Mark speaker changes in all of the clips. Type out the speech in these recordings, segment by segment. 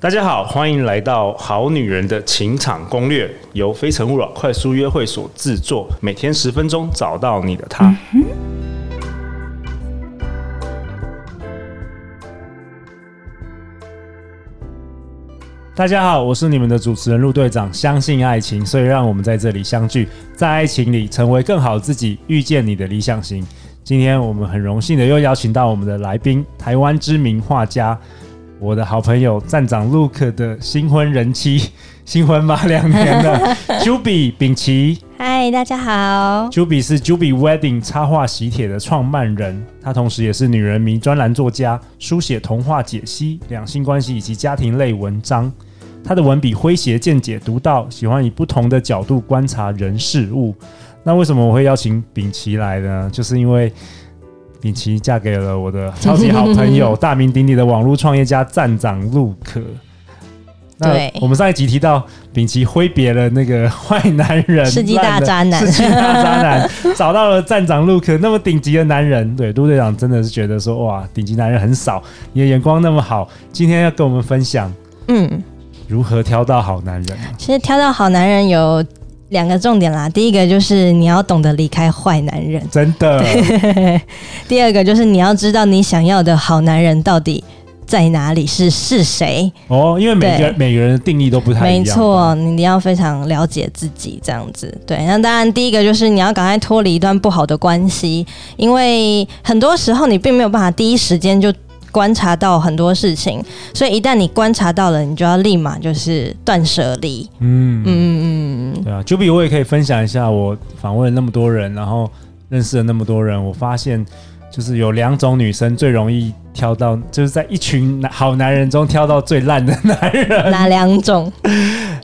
Speaker 1: 大家好，欢迎来到《好女人的情场攻略》，由非诚勿扰快速约会所制作，每天十分钟，找到你的他。大家好，我是你们的主持人陆队长。相信爱情，所以让我们在这里相聚，在爱情里成为更好自己，遇见你的理想型。今天我们很荣幸的又邀请到我们的来宾，台湾知名画家，我的好朋友站长 Luke 的新婚人妻，新婚吧两年了，Juby 秉琦。
Speaker 2: 嗨，大家好。
Speaker 1: Juby 是 Juby Wedding 插画喜帖的创办人，他同时也是女人迷专栏作家，书写童话解析、两性关系以及家庭类文章。他的文笔诙谐、见解独到，喜欢以不同的角度观察人事物。那为什么我会邀请秉琦来呢？就是因为秉琦嫁给了我的超级好朋友、大名鼎鼎的网络创业家站长陆可。那
Speaker 2: 对
Speaker 1: 我们上一集提到秉琦挥别了那个 坏男人，
Speaker 2: 世纪大渣男
Speaker 1: 烂的世纪大渣男找到了站长陆可 那么顶级的男人。对，陆队长真的是觉得说，哇，顶级男人很少，你的眼光那么好，今天要跟我们分享
Speaker 2: 嗯，
Speaker 1: 如何挑到好男人啊。
Speaker 2: 其实挑到好男人有两个重点啦，第一个就是你要懂得离开坏男人，
Speaker 1: 真的，
Speaker 2: 第二个就是你要知道你想要的好男人到底在哪里，是是谁。
Speaker 1: 哦，因为每个
Speaker 2: 对
Speaker 1: 每个人的定义都不太一样，
Speaker 2: 没错，你一定要非常了解自己这样子。对，那当然第一个就是你要赶快脱离一段不好的关系，因为很多时候你并没有办法第一时间就。观察到很多事情，所以一旦你观察到了，你就要立马就是断舍离。
Speaker 1: 嗯嗯，
Speaker 2: 嗯嗯嗯，
Speaker 1: 对啊，Juby，我也可以分享一下，我访问了那么多人，然后认识了那么多人，我发现就是有两种女生最容易挑到，就是在一群男好男人中挑到最烂的男人，
Speaker 2: 嗯哪两种？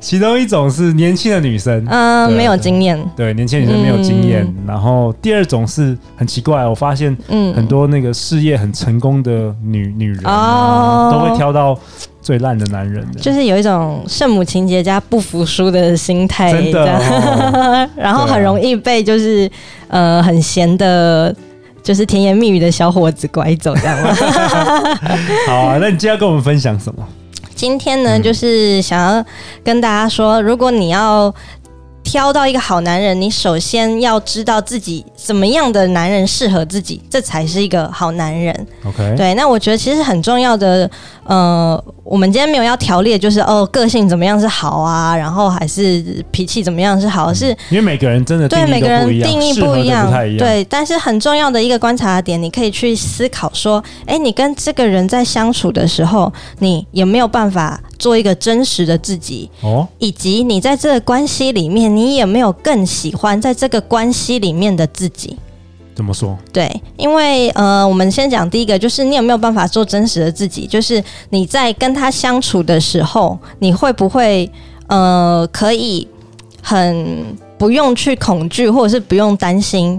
Speaker 1: 其中一种是年轻的女 生，
Speaker 2: 嗯，
Speaker 1: 对
Speaker 2: 没有经验。
Speaker 1: 对，年轻的女生没有经验，
Speaker 2: 嗯
Speaker 1: 然后第二种是很奇怪，我发现
Speaker 2: 嗯，
Speaker 1: 很多那个事业很成功的女女人、啊
Speaker 2: 哦
Speaker 1: 都会挑到最烂的男人的，
Speaker 2: 就是有一种圣母情节加不服输的哦心态，
Speaker 1: 真的
Speaker 2: 这样 然后
Speaker 1: 对啊
Speaker 2: 很容易被就是呃很闲的。就是甜言蜜语的小伙子拐走，这样吗？
Speaker 1: 好啊，那你今天要跟我们分享什么？
Speaker 2: 今天呢，
Speaker 1: 嗯
Speaker 2: 就是想要跟大家说，如果你要挑到一个好男人，你首先要知道自己怎么样的男人适合自己，这才是一个好男人。
Speaker 1: OK，
Speaker 2: 对，那我觉得其实很重要的，呃，我们今天没有要条列，就是哦，个性怎么样是好啊，然后还是脾气怎么样是好，是
Speaker 1: 因为每个人真嗯的定
Speaker 2: 对每
Speaker 1: 义
Speaker 2: 个
Speaker 1: 都
Speaker 2: 人
Speaker 1: 不一样，
Speaker 2: 定义
Speaker 1: 适合
Speaker 2: 不
Speaker 1: 的
Speaker 2: 一样，
Speaker 1: 不太一样。，
Speaker 2: 对。但是很重要的一个观察点，你可以去思考说，哎，你跟这个人在相处的时候，你有没有办法做一个真实的自己？
Speaker 1: 哦，
Speaker 2: 以及你在这个关系里面，你有没有更喜欢在这个关系里面的自己？
Speaker 1: 怎么说？
Speaker 2: 对，因为呃，我们先讲第一个，就是你有没有办法做真实的自己？就是你在跟他相处的时候，你会不会呃，可以很不用去恐惧，或者是不用担心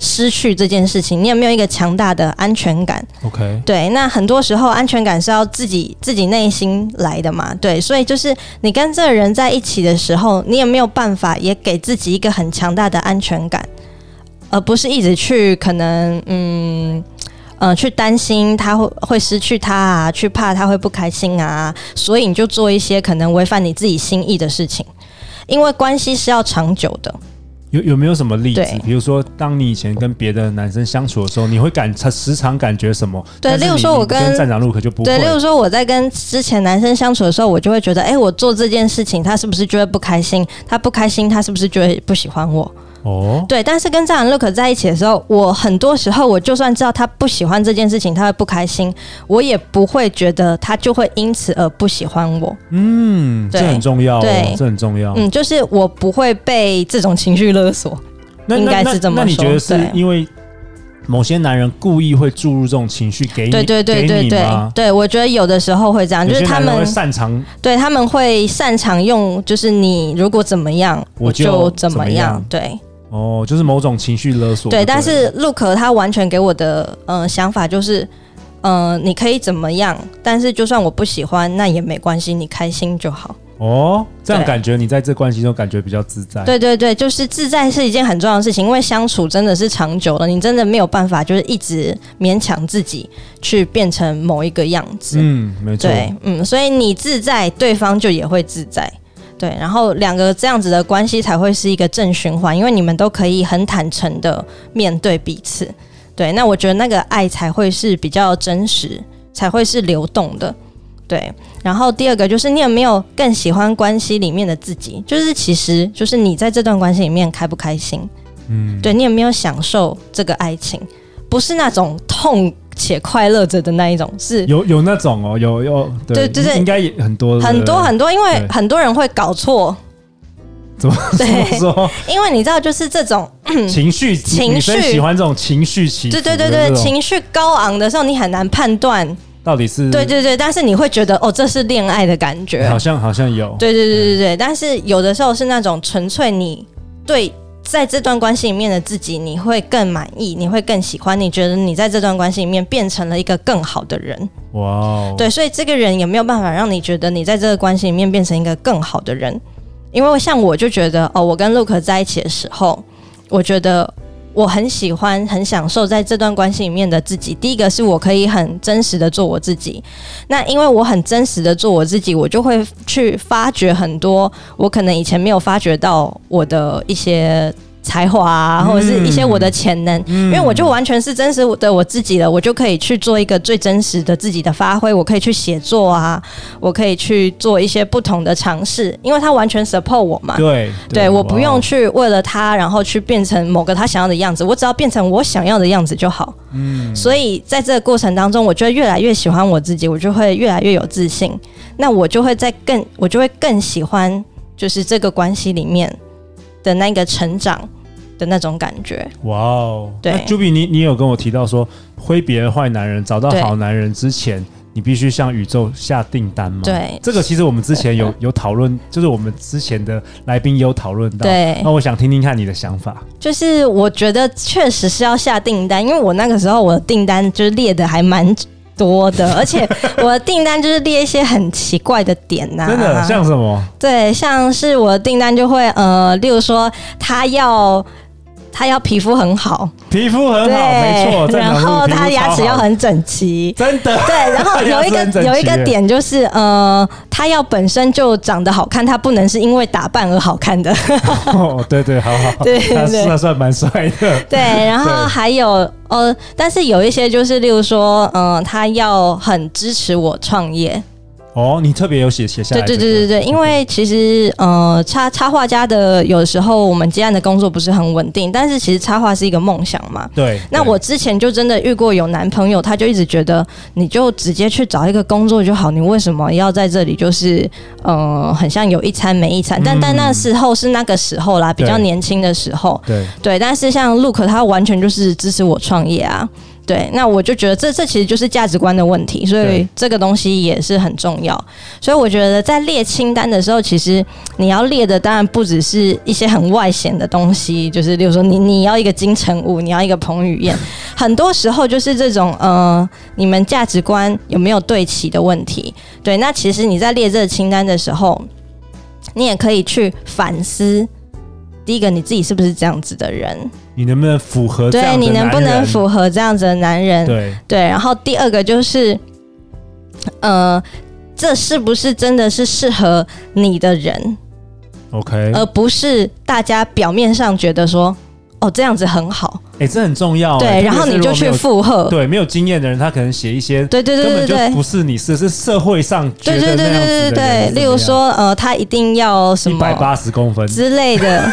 Speaker 2: 失去这件事情？你有没有一个强大的安全感？
Speaker 1: OK，
Speaker 2: 对，那很多时候安全感是要自己自己内心来的嘛，对，所以就是你跟这个人在一起的时候，你也没有办法也给自己一个很强大的安全感，而不是一直去可能嗯。呃，去担心他会会失去他啊，去怕他会不开心啊，所以你就做一些可能违反你自己心意的事情，因为关系是要长久的。
Speaker 1: 有有没有什么例子
Speaker 2: 对？
Speaker 1: 比如说，当你以前跟别的男生相处的时候，你会感时常感觉什么？
Speaker 2: 对
Speaker 1: 但是
Speaker 2: 例如
Speaker 1: 你
Speaker 2: 说我
Speaker 1: 你跟
Speaker 2: 跟
Speaker 1: 站长陆可就不会。
Speaker 2: 对，例如说我在跟之前男生相处的时候，我就会觉得，哎、我做这件事情，他是不是就会不开心？他不开心，他是不是就会不喜欢我？
Speaker 1: 哦，
Speaker 2: 对，但是跟这样 look 在一起的时候，我很多时候我就算知道他不喜欢这件事情，他会不开心，我也不会觉得他就会因此而不喜欢我。
Speaker 1: 嗯，这
Speaker 2: 对
Speaker 1: 很重要哦
Speaker 2: 对，
Speaker 1: 这很重要。
Speaker 2: 嗯，就是我不会被这种情绪勒索。
Speaker 1: 那
Speaker 2: 应该
Speaker 1: 那
Speaker 2: 是这么
Speaker 1: 那那你
Speaker 2: 说
Speaker 1: 觉得是
Speaker 2: 对
Speaker 1: 因为某些男人故意会注入这种情绪给你？
Speaker 2: 对对对
Speaker 1: 给
Speaker 2: 对
Speaker 1: 你
Speaker 2: 对
Speaker 1: 吗
Speaker 2: 对，我觉得有的时候会这样，就
Speaker 1: 有
Speaker 2: 是
Speaker 1: 些
Speaker 2: 他
Speaker 1: 男人会
Speaker 2: 们
Speaker 1: 擅长
Speaker 2: 对他们会擅长用，就是你如果怎么样，
Speaker 1: 我就
Speaker 2: 就怎
Speaker 1: 怎么
Speaker 2: 么
Speaker 1: 样
Speaker 2: 样，对。
Speaker 1: 哦，就是某种情绪勒索就了。
Speaker 2: 对，但是 Look 他完全给我的呃想法就是，呃，你可以怎么样，但是就算我不喜欢，那也没关系，你开心就好。
Speaker 1: 哦，这样
Speaker 2: 对
Speaker 1: 感觉你在这关系中感觉比较自在。，
Speaker 2: 对对对，就是自在是一件很重要的事情，因为相处真的是长久的，你真的没有办法就是一直勉强自己去变成某一个样子。
Speaker 1: 嗯，没错。
Speaker 2: 对，嗯，所以你自在，对方就也会自在。对，然后两个这样子的关系才会是一个正循环，因为你们都可以很坦诚的面对彼此。对，那我觉得那个爱才会是比较真实，才会是流动的。对，然后第二个就是你有没有更喜欢关系里面的自己？就是其实就是你在这段关系里面开不开心？
Speaker 1: 嗯，
Speaker 2: 对你有没有享受这个爱情？不是那种痛且快乐着的那一种，是
Speaker 1: 有有那种哦，有有，
Speaker 2: 对对对
Speaker 1: 应该也很多
Speaker 2: 很多很多，因为
Speaker 1: 对
Speaker 2: 很多人会搞错，
Speaker 1: 怎么
Speaker 2: 对，
Speaker 1: 说
Speaker 2: 因为你知道，就是这种，
Speaker 1: 情绪，
Speaker 2: 情
Speaker 1: 女生
Speaker 2: 绪
Speaker 1: 喜欢这种情绪起伏
Speaker 2: 对
Speaker 1: 的
Speaker 2: 对
Speaker 1: 这种，
Speaker 2: 对对，情绪高昂的时候，你很难判断，
Speaker 1: 到底是
Speaker 2: 对对对，但是你会觉得哦，这是恋爱的感觉
Speaker 1: 好，像好像有，
Speaker 2: 对对对对对，但是有的时候是那种纯粹你对在这段关系里面的自己，你会更满意，你会更喜欢，你觉得你在这段关系里面变成了一个更好的人，
Speaker 1: 哇哦，
Speaker 2: 对，所以这个人也没有办法让你觉得你在这个关系里面变成一个更好的人，因为像我就觉得哦，我跟 Luke 在一起的时候，我觉得我很喜欢、很享受在这段关系里面的自己。第一个是我可以很真实的做我自己，那因为我很真实的做我自己，我就会去发掘很多我可能以前没有发掘到我的一些。才华啊，或者是一些我的潜能，
Speaker 1: 嗯
Speaker 2: 因为我就完全是真实的我自己了，我就可以去做一个最真实的自己的发挥，我可以去写作啊，我可以去做一些不同的尝试，因为他完全 support 我嘛。
Speaker 1: 对
Speaker 2: 对，我不用
Speaker 1: 哇哦
Speaker 2: 去为了他，然后去变成某个他想要的样子，我只要变成我想要的样子就好。嗯，所以在这个过程当中，我就会越来越喜欢我自己，我就会越来越有自信。那我就会在更，我就会更喜欢，就是这个关系里面的那个成长的那种感觉。
Speaker 1: 哇哦，
Speaker 2: 对
Speaker 1: 那 Juby，你你有跟我提到说，挥别坏男人，找到
Speaker 2: 对
Speaker 1: 好男人之前，你必须向宇宙下订单吗？
Speaker 2: 对
Speaker 1: 这个其实我们之前有有讨论，就是我们之前的来宾有讨论到。
Speaker 2: 对
Speaker 1: 那我想听听看你的想法。
Speaker 2: 就是我觉得确实是要下订单，因为我那个时候我的订单就是列的还蛮多的，而且我的订单就是列一些很奇怪的点呐、
Speaker 1: 真的像什么？
Speaker 2: 对，像是我的订单就会呃，例如说他要。他要皮肤很好，
Speaker 1: 皮肤很好，
Speaker 2: 对，
Speaker 1: 没错。正常
Speaker 2: 然
Speaker 1: 是
Speaker 2: 后
Speaker 1: 皮肤
Speaker 2: 他牙
Speaker 1: 超
Speaker 2: 齿
Speaker 1: 好，
Speaker 2: 要很整齐
Speaker 1: 真 的
Speaker 2: 对，然后有
Speaker 1: 牙齿
Speaker 2: 一
Speaker 1: 很
Speaker 2: 个
Speaker 1: 整齐
Speaker 2: 有一个点就是，呃，他要本身就长得好看，他不能是因为打扮而好看的，
Speaker 1: 哦，对对，好好，
Speaker 2: 对对
Speaker 1: 他
Speaker 2: 对
Speaker 1: 他算蛮帅的。
Speaker 2: 对，然后
Speaker 1: 对
Speaker 2: 还有呃，但是有一些就是，例如说，嗯、他要很支持我创业，
Speaker 1: 哦，你特别有写写下
Speaker 2: 对
Speaker 1: 来这
Speaker 2: 对
Speaker 1: 个。
Speaker 2: 对对对，因为其实呃，插插画家的有时候我们接案的工作不是很稳定，但是其实插画是一个梦想嘛。
Speaker 1: 对。
Speaker 2: 那
Speaker 1: 对
Speaker 2: 我之前就真的遇过有男朋友，他就一直觉得你就直接去找一个工作就好，你为什么要在这里就是呃，很像有一餐没一餐？但、但那时候是那个时候啦，比较
Speaker 1: 对
Speaker 2: 年轻的时候，
Speaker 1: 对
Speaker 2: 对，但是像 Look 他完全就是支持我创业啊。对，那我就觉得这这其实就是价值观的问题，所以
Speaker 1: 对
Speaker 2: 这个东西也是很重要。所以我觉得在列清单的时候，其实你要列的当然不只是一些很外显的东西，就是例如说你你要一个金城武，你要一个彭于晏，很多时候就是这种呃，你们价值观有没有对齐的问题。对，那其实你在列这个清单的时候，你也可以去反思，第一个你自己是不是这样子的人，
Speaker 1: 你能不能符合这
Speaker 2: 对
Speaker 1: 样的
Speaker 2: 你能不
Speaker 1: 男
Speaker 2: 能
Speaker 1: 人
Speaker 2: 符合这样子的男人？
Speaker 1: 对
Speaker 2: 对然后第二个就是，呃，这是不是真的是适合你的人，
Speaker 1: ？OK，
Speaker 2: 而不是大家表面上觉得说哦这样子很好，
Speaker 1: 哎，这很重要。
Speaker 2: 对，
Speaker 1: 诶
Speaker 2: 然后你就去。附和
Speaker 1: 特别是如果没有，对，没有经验的人，他可能写一些
Speaker 2: 对对对
Speaker 1: 根
Speaker 2: 对
Speaker 1: 本
Speaker 2: 对
Speaker 1: 就。不是你是，是社会上觉
Speaker 2: 对对
Speaker 1: 得
Speaker 2: 对
Speaker 1: 那样
Speaker 2: 对
Speaker 1: 子
Speaker 2: 对
Speaker 1: 的人
Speaker 2: 对，
Speaker 1: 是
Speaker 2: 例如说，呃，他一定要什
Speaker 1: 一
Speaker 2: 么
Speaker 1: 百八十公分，
Speaker 2: 之类 的。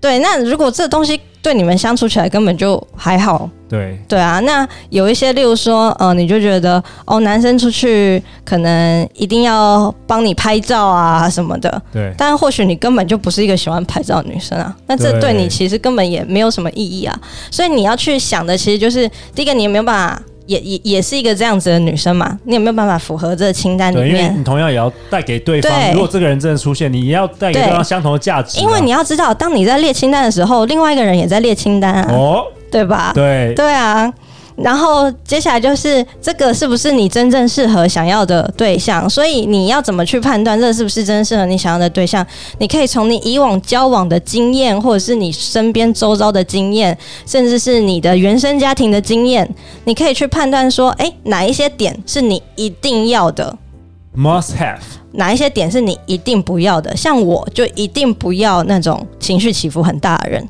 Speaker 2: 对，那如果这东西对你们相处起来根本就还好，
Speaker 1: 对
Speaker 2: 对啊。那有一些，例如说，呃，你就觉得哦，男生出去可能一定要帮你拍照啊什么的，
Speaker 1: 对
Speaker 2: 但或许你根本就不是一个喜欢拍照的女生啊，那这对
Speaker 1: 对
Speaker 2: 你其实根本也没有什么意义啊。所以你要去想的，其实就是第一个，你有没有办法，也也也是一个这样子的女生嘛，你有没有办法符合这个清单里
Speaker 1: 对，因为
Speaker 2: 面？
Speaker 1: 你同样也要带给对
Speaker 2: 对
Speaker 1: 方，如果这个人真的出现，你也要带给
Speaker 2: 对
Speaker 1: 对方相同的价值啊，
Speaker 2: 因为你要知道，当你在列清单的时候，另外一个人也在列清单啊，
Speaker 1: 哦，
Speaker 2: 对吧？
Speaker 1: 对，
Speaker 2: 对啊，然后接下来就是这个是不是你真正适合想要的对象？所以你要怎么去判断这是不是真正适合你想要的对象？你可以从你以往交往的经验，或者是你身边周遭的经验，甚至是你的原生家庭的经验，你可以去判断说，诶，哪一些点是你一定要的，
Speaker 1: must have，
Speaker 2: 哪一些点是你一定不要的。像我就一定不要那种情绪起伏很大的人。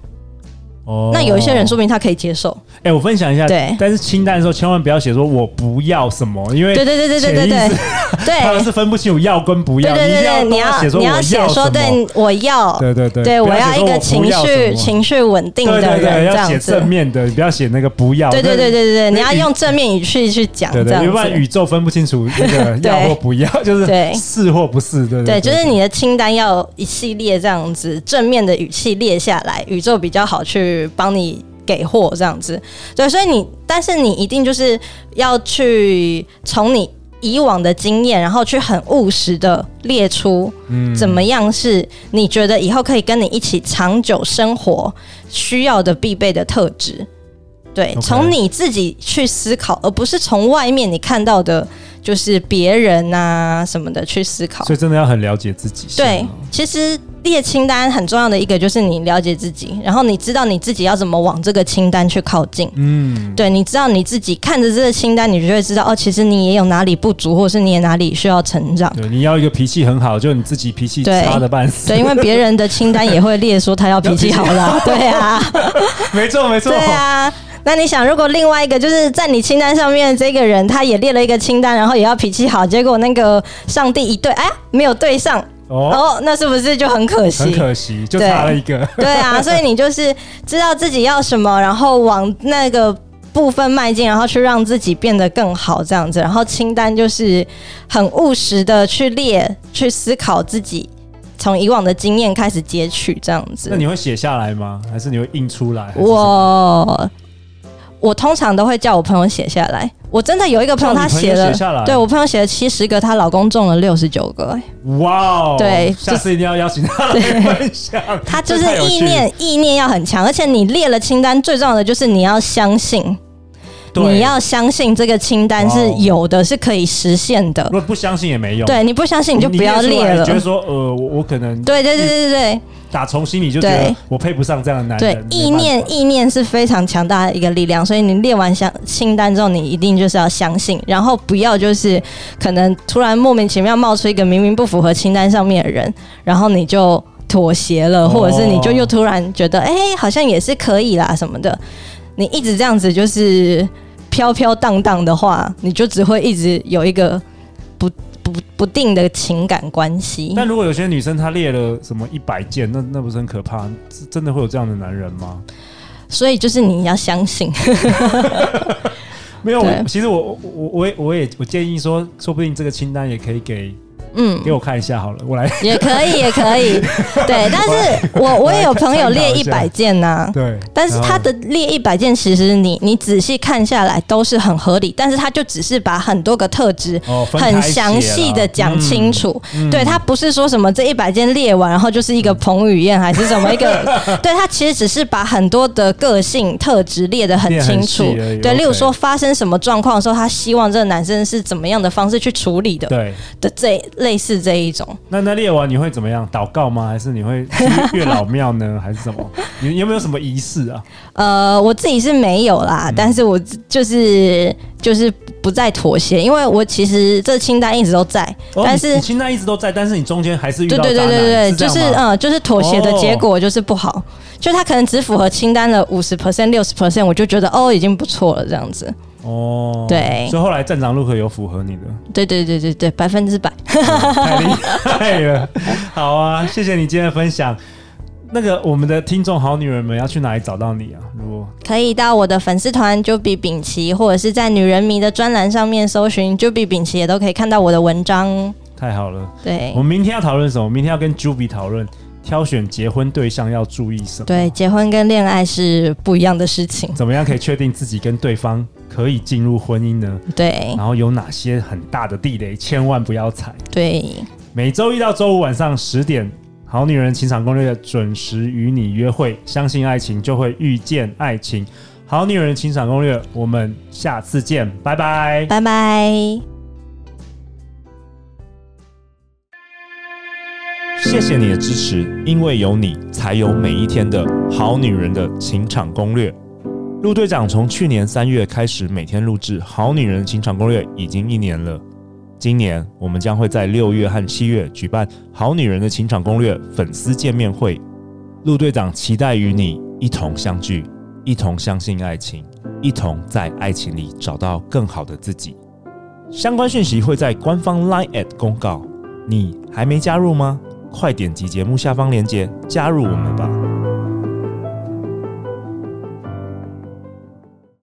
Speaker 1: 哦
Speaker 2: 那有一些人说明他可以接受，
Speaker 1: 哎、我分享一下，
Speaker 2: 对
Speaker 1: 但是清单的时候千万不要写说我不要什么，因为
Speaker 2: 对对对对对对
Speaker 1: 潜意
Speaker 2: 对
Speaker 1: 识他们
Speaker 2: 对。
Speaker 1: 是分不清楚要跟不
Speaker 2: 对
Speaker 1: 要，
Speaker 2: 对对对，
Speaker 1: 你
Speaker 2: 你
Speaker 1: 一定
Speaker 2: 要
Speaker 1: 要都
Speaker 2: 你
Speaker 1: 要
Speaker 2: 要
Speaker 1: 写说
Speaker 2: 写
Speaker 1: 我
Speaker 2: 说，
Speaker 1: 要什么
Speaker 2: 对，我要，
Speaker 1: 对对对
Speaker 2: 对
Speaker 1: 不
Speaker 2: 我
Speaker 1: 要
Speaker 2: 要
Speaker 1: 写
Speaker 2: 一
Speaker 1: 说
Speaker 2: 个
Speaker 1: 我
Speaker 2: 情
Speaker 1: 不要什
Speaker 2: 绪
Speaker 1: 么
Speaker 2: 情绪稳定
Speaker 1: 对
Speaker 2: 的
Speaker 1: 对对，
Speaker 2: 人，这
Speaker 1: 要
Speaker 2: 样
Speaker 1: 写
Speaker 2: 子
Speaker 1: 正。面的，你不要写那个不要，
Speaker 2: 对对对对
Speaker 1: 对。
Speaker 2: 对对，你要
Speaker 1: 宇
Speaker 2: 用正面语气去讲，
Speaker 1: 对
Speaker 2: 这
Speaker 1: 对，
Speaker 2: 样
Speaker 1: 要不然
Speaker 2: 子。
Speaker 1: 宇宙分不清楚那个
Speaker 2: 对
Speaker 1: 要或不要，就是
Speaker 2: 对
Speaker 1: 是或不是，对
Speaker 2: 对，
Speaker 1: 对，
Speaker 2: 就是你的清单要一系列这样子正面的语气列下来，宇宙比较好去帮你给货这样子。对，所以你，但是你一定就是要去从你以往的经验，然后去很务实的列出
Speaker 1: 嗯
Speaker 2: 怎么样是你觉得以后可以跟你一起长久生活需要的必备的特质。对，
Speaker 1: OK
Speaker 2: 从你自己去思考，而不是从外面你看到的，就是别人啊什么的去思考
Speaker 1: 所。以真的要很了解自己。
Speaker 2: 对
Speaker 1: 是吗，
Speaker 2: 其实列清单很重要的一个就是你了解自己，然后你知道你自己要怎么往这个清单去靠近。
Speaker 1: 嗯，
Speaker 2: 对，你知道你自己看着这个清单，你就会知道哦，其实你也有哪里不足，或者是你也哪里需要成长。
Speaker 1: 对，你要一个脾气很好，就你自己脾气
Speaker 2: 对
Speaker 1: 差的半死。
Speaker 2: 对，因为别人的清单也会列说他要脾气好 啦，对啊，
Speaker 1: 没错没错
Speaker 2: 对，啊。那你想，如果另外一个就是在你清单上面这个人，他也列了一个清单，然后也要脾气好，结果那个上帝一对，哎，没有对上，
Speaker 1: 哦，
Speaker 2: 哦，那是不是就很可惜？
Speaker 1: 很可惜，就差了一个。
Speaker 2: 对啊，所以你就是知道自己要什么，然后往那个部分迈进，然后去让自己变得更好，这样子。然后清单就是很务实的去列，去思考自己从以往的经验开始截取，这样子
Speaker 1: 那。你会写下来吗？还是你会印出来？还是
Speaker 2: 我我通常都会叫我朋友写下来。我真的有一个朋友，
Speaker 1: 叫
Speaker 2: 他
Speaker 1: 你朋友
Speaker 2: 写了
Speaker 1: 写下来，
Speaker 2: 对我朋友写了七十个，她老公中了六十九个、哎
Speaker 1: 什么哇哦，
Speaker 2: 对
Speaker 1: 下次一定要邀请他来
Speaker 2: 对
Speaker 1: 分享。
Speaker 2: 他就
Speaker 1: 这
Speaker 2: 是
Speaker 1: 太有
Speaker 2: 意
Speaker 1: 趣了
Speaker 2: 念，意念要很强，而且你列了清单，最重要的就是你要相信，
Speaker 1: 对
Speaker 2: 你要相信这个清单是
Speaker 1: 哇哦
Speaker 2: 有的，是可以实现的
Speaker 1: 如。果不相信也没用，
Speaker 2: 对，你不相信你就不要
Speaker 1: 你
Speaker 2: 列
Speaker 1: 出来
Speaker 2: 了
Speaker 1: 你觉。得说，呃，我我可能
Speaker 2: 对对对对对
Speaker 1: 打从心里就觉得
Speaker 2: 对
Speaker 1: 我配不上这样的男
Speaker 2: 对对
Speaker 1: 人。，
Speaker 2: 意
Speaker 1: 没办法
Speaker 2: 念意念是非常强大的一个力量，所以你列完相清单之后，你一定就是要相信，然后不要就是可能突然莫名其妙冒出一个明明不符合清单上面的人，然后你就妥协了，
Speaker 1: 哦
Speaker 2: 或者是你就又突然觉得哎、好像也是可以啦什么的，你一直这样子就是飘飘荡荡的话，你就只会一直有一个不不不定的情感关系。
Speaker 1: 但如果有些女生她列了什么一百件，那那不是很可怕？是真的会有这样的男人吗？
Speaker 2: 所以就是你要相信，
Speaker 1: 没有，
Speaker 2: 对
Speaker 1: 我其实我我我我也我也我建议说，说不定这个清单也可以给
Speaker 2: 嗯。
Speaker 1: 给我看一下好了，我来
Speaker 2: 也可以，也可 以，对。但是我我也有朋友列一百件呐、
Speaker 1: 对。
Speaker 2: 但是他的列一百件，其实你
Speaker 1: 嗯
Speaker 2: 你仔细看下来都是很合理，但是他就只是把很多个特质
Speaker 1: 哦，分开
Speaker 2: 很
Speaker 1: 写
Speaker 2: 详细的
Speaker 1: 了
Speaker 2: 讲清，楚。
Speaker 1: 嗯嗯
Speaker 2: 对他不是说什么这一百件列完，然后就是一个彭于晏还是什么一个， 对他其实只是把很多的个性特质列得很
Speaker 1: 列很
Speaker 2: 清
Speaker 1: 细
Speaker 2: 楚
Speaker 1: 而已。
Speaker 2: 对，例如
Speaker 1: OK
Speaker 2: 说发生什么状况的时候，他希望这个男生是怎么样的方式去处理的
Speaker 1: 嗯对。
Speaker 2: 的这类似这一种。
Speaker 1: 那那列完你会怎么样？祷告吗？还是你 会去月老庙呢？还是什么？你你有没有什么仪式啊？
Speaker 2: 呃，我自己是没有啦，
Speaker 1: 嗯
Speaker 2: 但是我就是就是不再妥协，因为我其实这清单一直都在，
Speaker 1: 哦
Speaker 2: 但
Speaker 1: 你
Speaker 2: 是
Speaker 1: 你清单一直都在，但是你中间还是遇
Speaker 2: 对
Speaker 1: 到
Speaker 2: 对
Speaker 1: 渣
Speaker 2: 对
Speaker 1: 男
Speaker 2: 对对，
Speaker 1: 这
Speaker 2: 就
Speaker 1: 样
Speaker 2: 是
Speaker 1: 吗
Speaker 2: 嗯，就是妥协的
Speaker 1: 哦
Speaker 2: 结果就是不好，就他可能只符合清单的五十 percent、六十 percent，我就觉得哦已经不错了这样子，
Speaker 1: 哦，
Speaker 2: 呃对
Speaker 1: 所以后来站长陆可有符合你的，
Speaker 2: 对对对对对，百分之百。
Speaker 1: 太厉害了。好啊，谢谢你今天的分享。那个我们的听众好女人们要去哪里找到你啊？如果
Speaker 2: 可以到我的粉丝团 Juby 丙奇，或者是在女人迷的专栏上面搜寻 Juby 丙奇，也都可以看到我的文章。
Speaker 1: 太好了，
Speaker 2: 对
Speaker 1: 我们明天要讨论什么？明天要跟 Juby 讨论挑选结婚对象要注意什么？
Speaker 2: 对，结婚跟恋爱是不一样的事情。
Speaker 1: 怎么样可以确定自己跟对方可以进入婚姻呢？
Speaker 2: 对
Speaker 1: 然后有哪些很大的地雷千万不要踩？
Speaker 2: 对。
Speaker 1: 每周一到周五晚上十点，《好女人情场攻略》准时与你约会。相信爱情，就会遇见爱情。好女人情场攻略，我们下次见，拜拜。
Speaker 2: 拜拜。
Speaker 1: 谢谢你的支持，因为有你，才有每一天的好女人的情场攻略。陆队长从去年三月开始每天录制《好女人情场攻略》，已经一年了。今年我们将会在六月和七月举办《好女人的情场攻略》粉丝见面会。陆队长期待与你一同相聚，一同相信爱情，一同在爱情里找到更好的自己。相关讯息会在官方 LINE at 公告。你还没加入吗？快点击节目下方链接加入我们吧。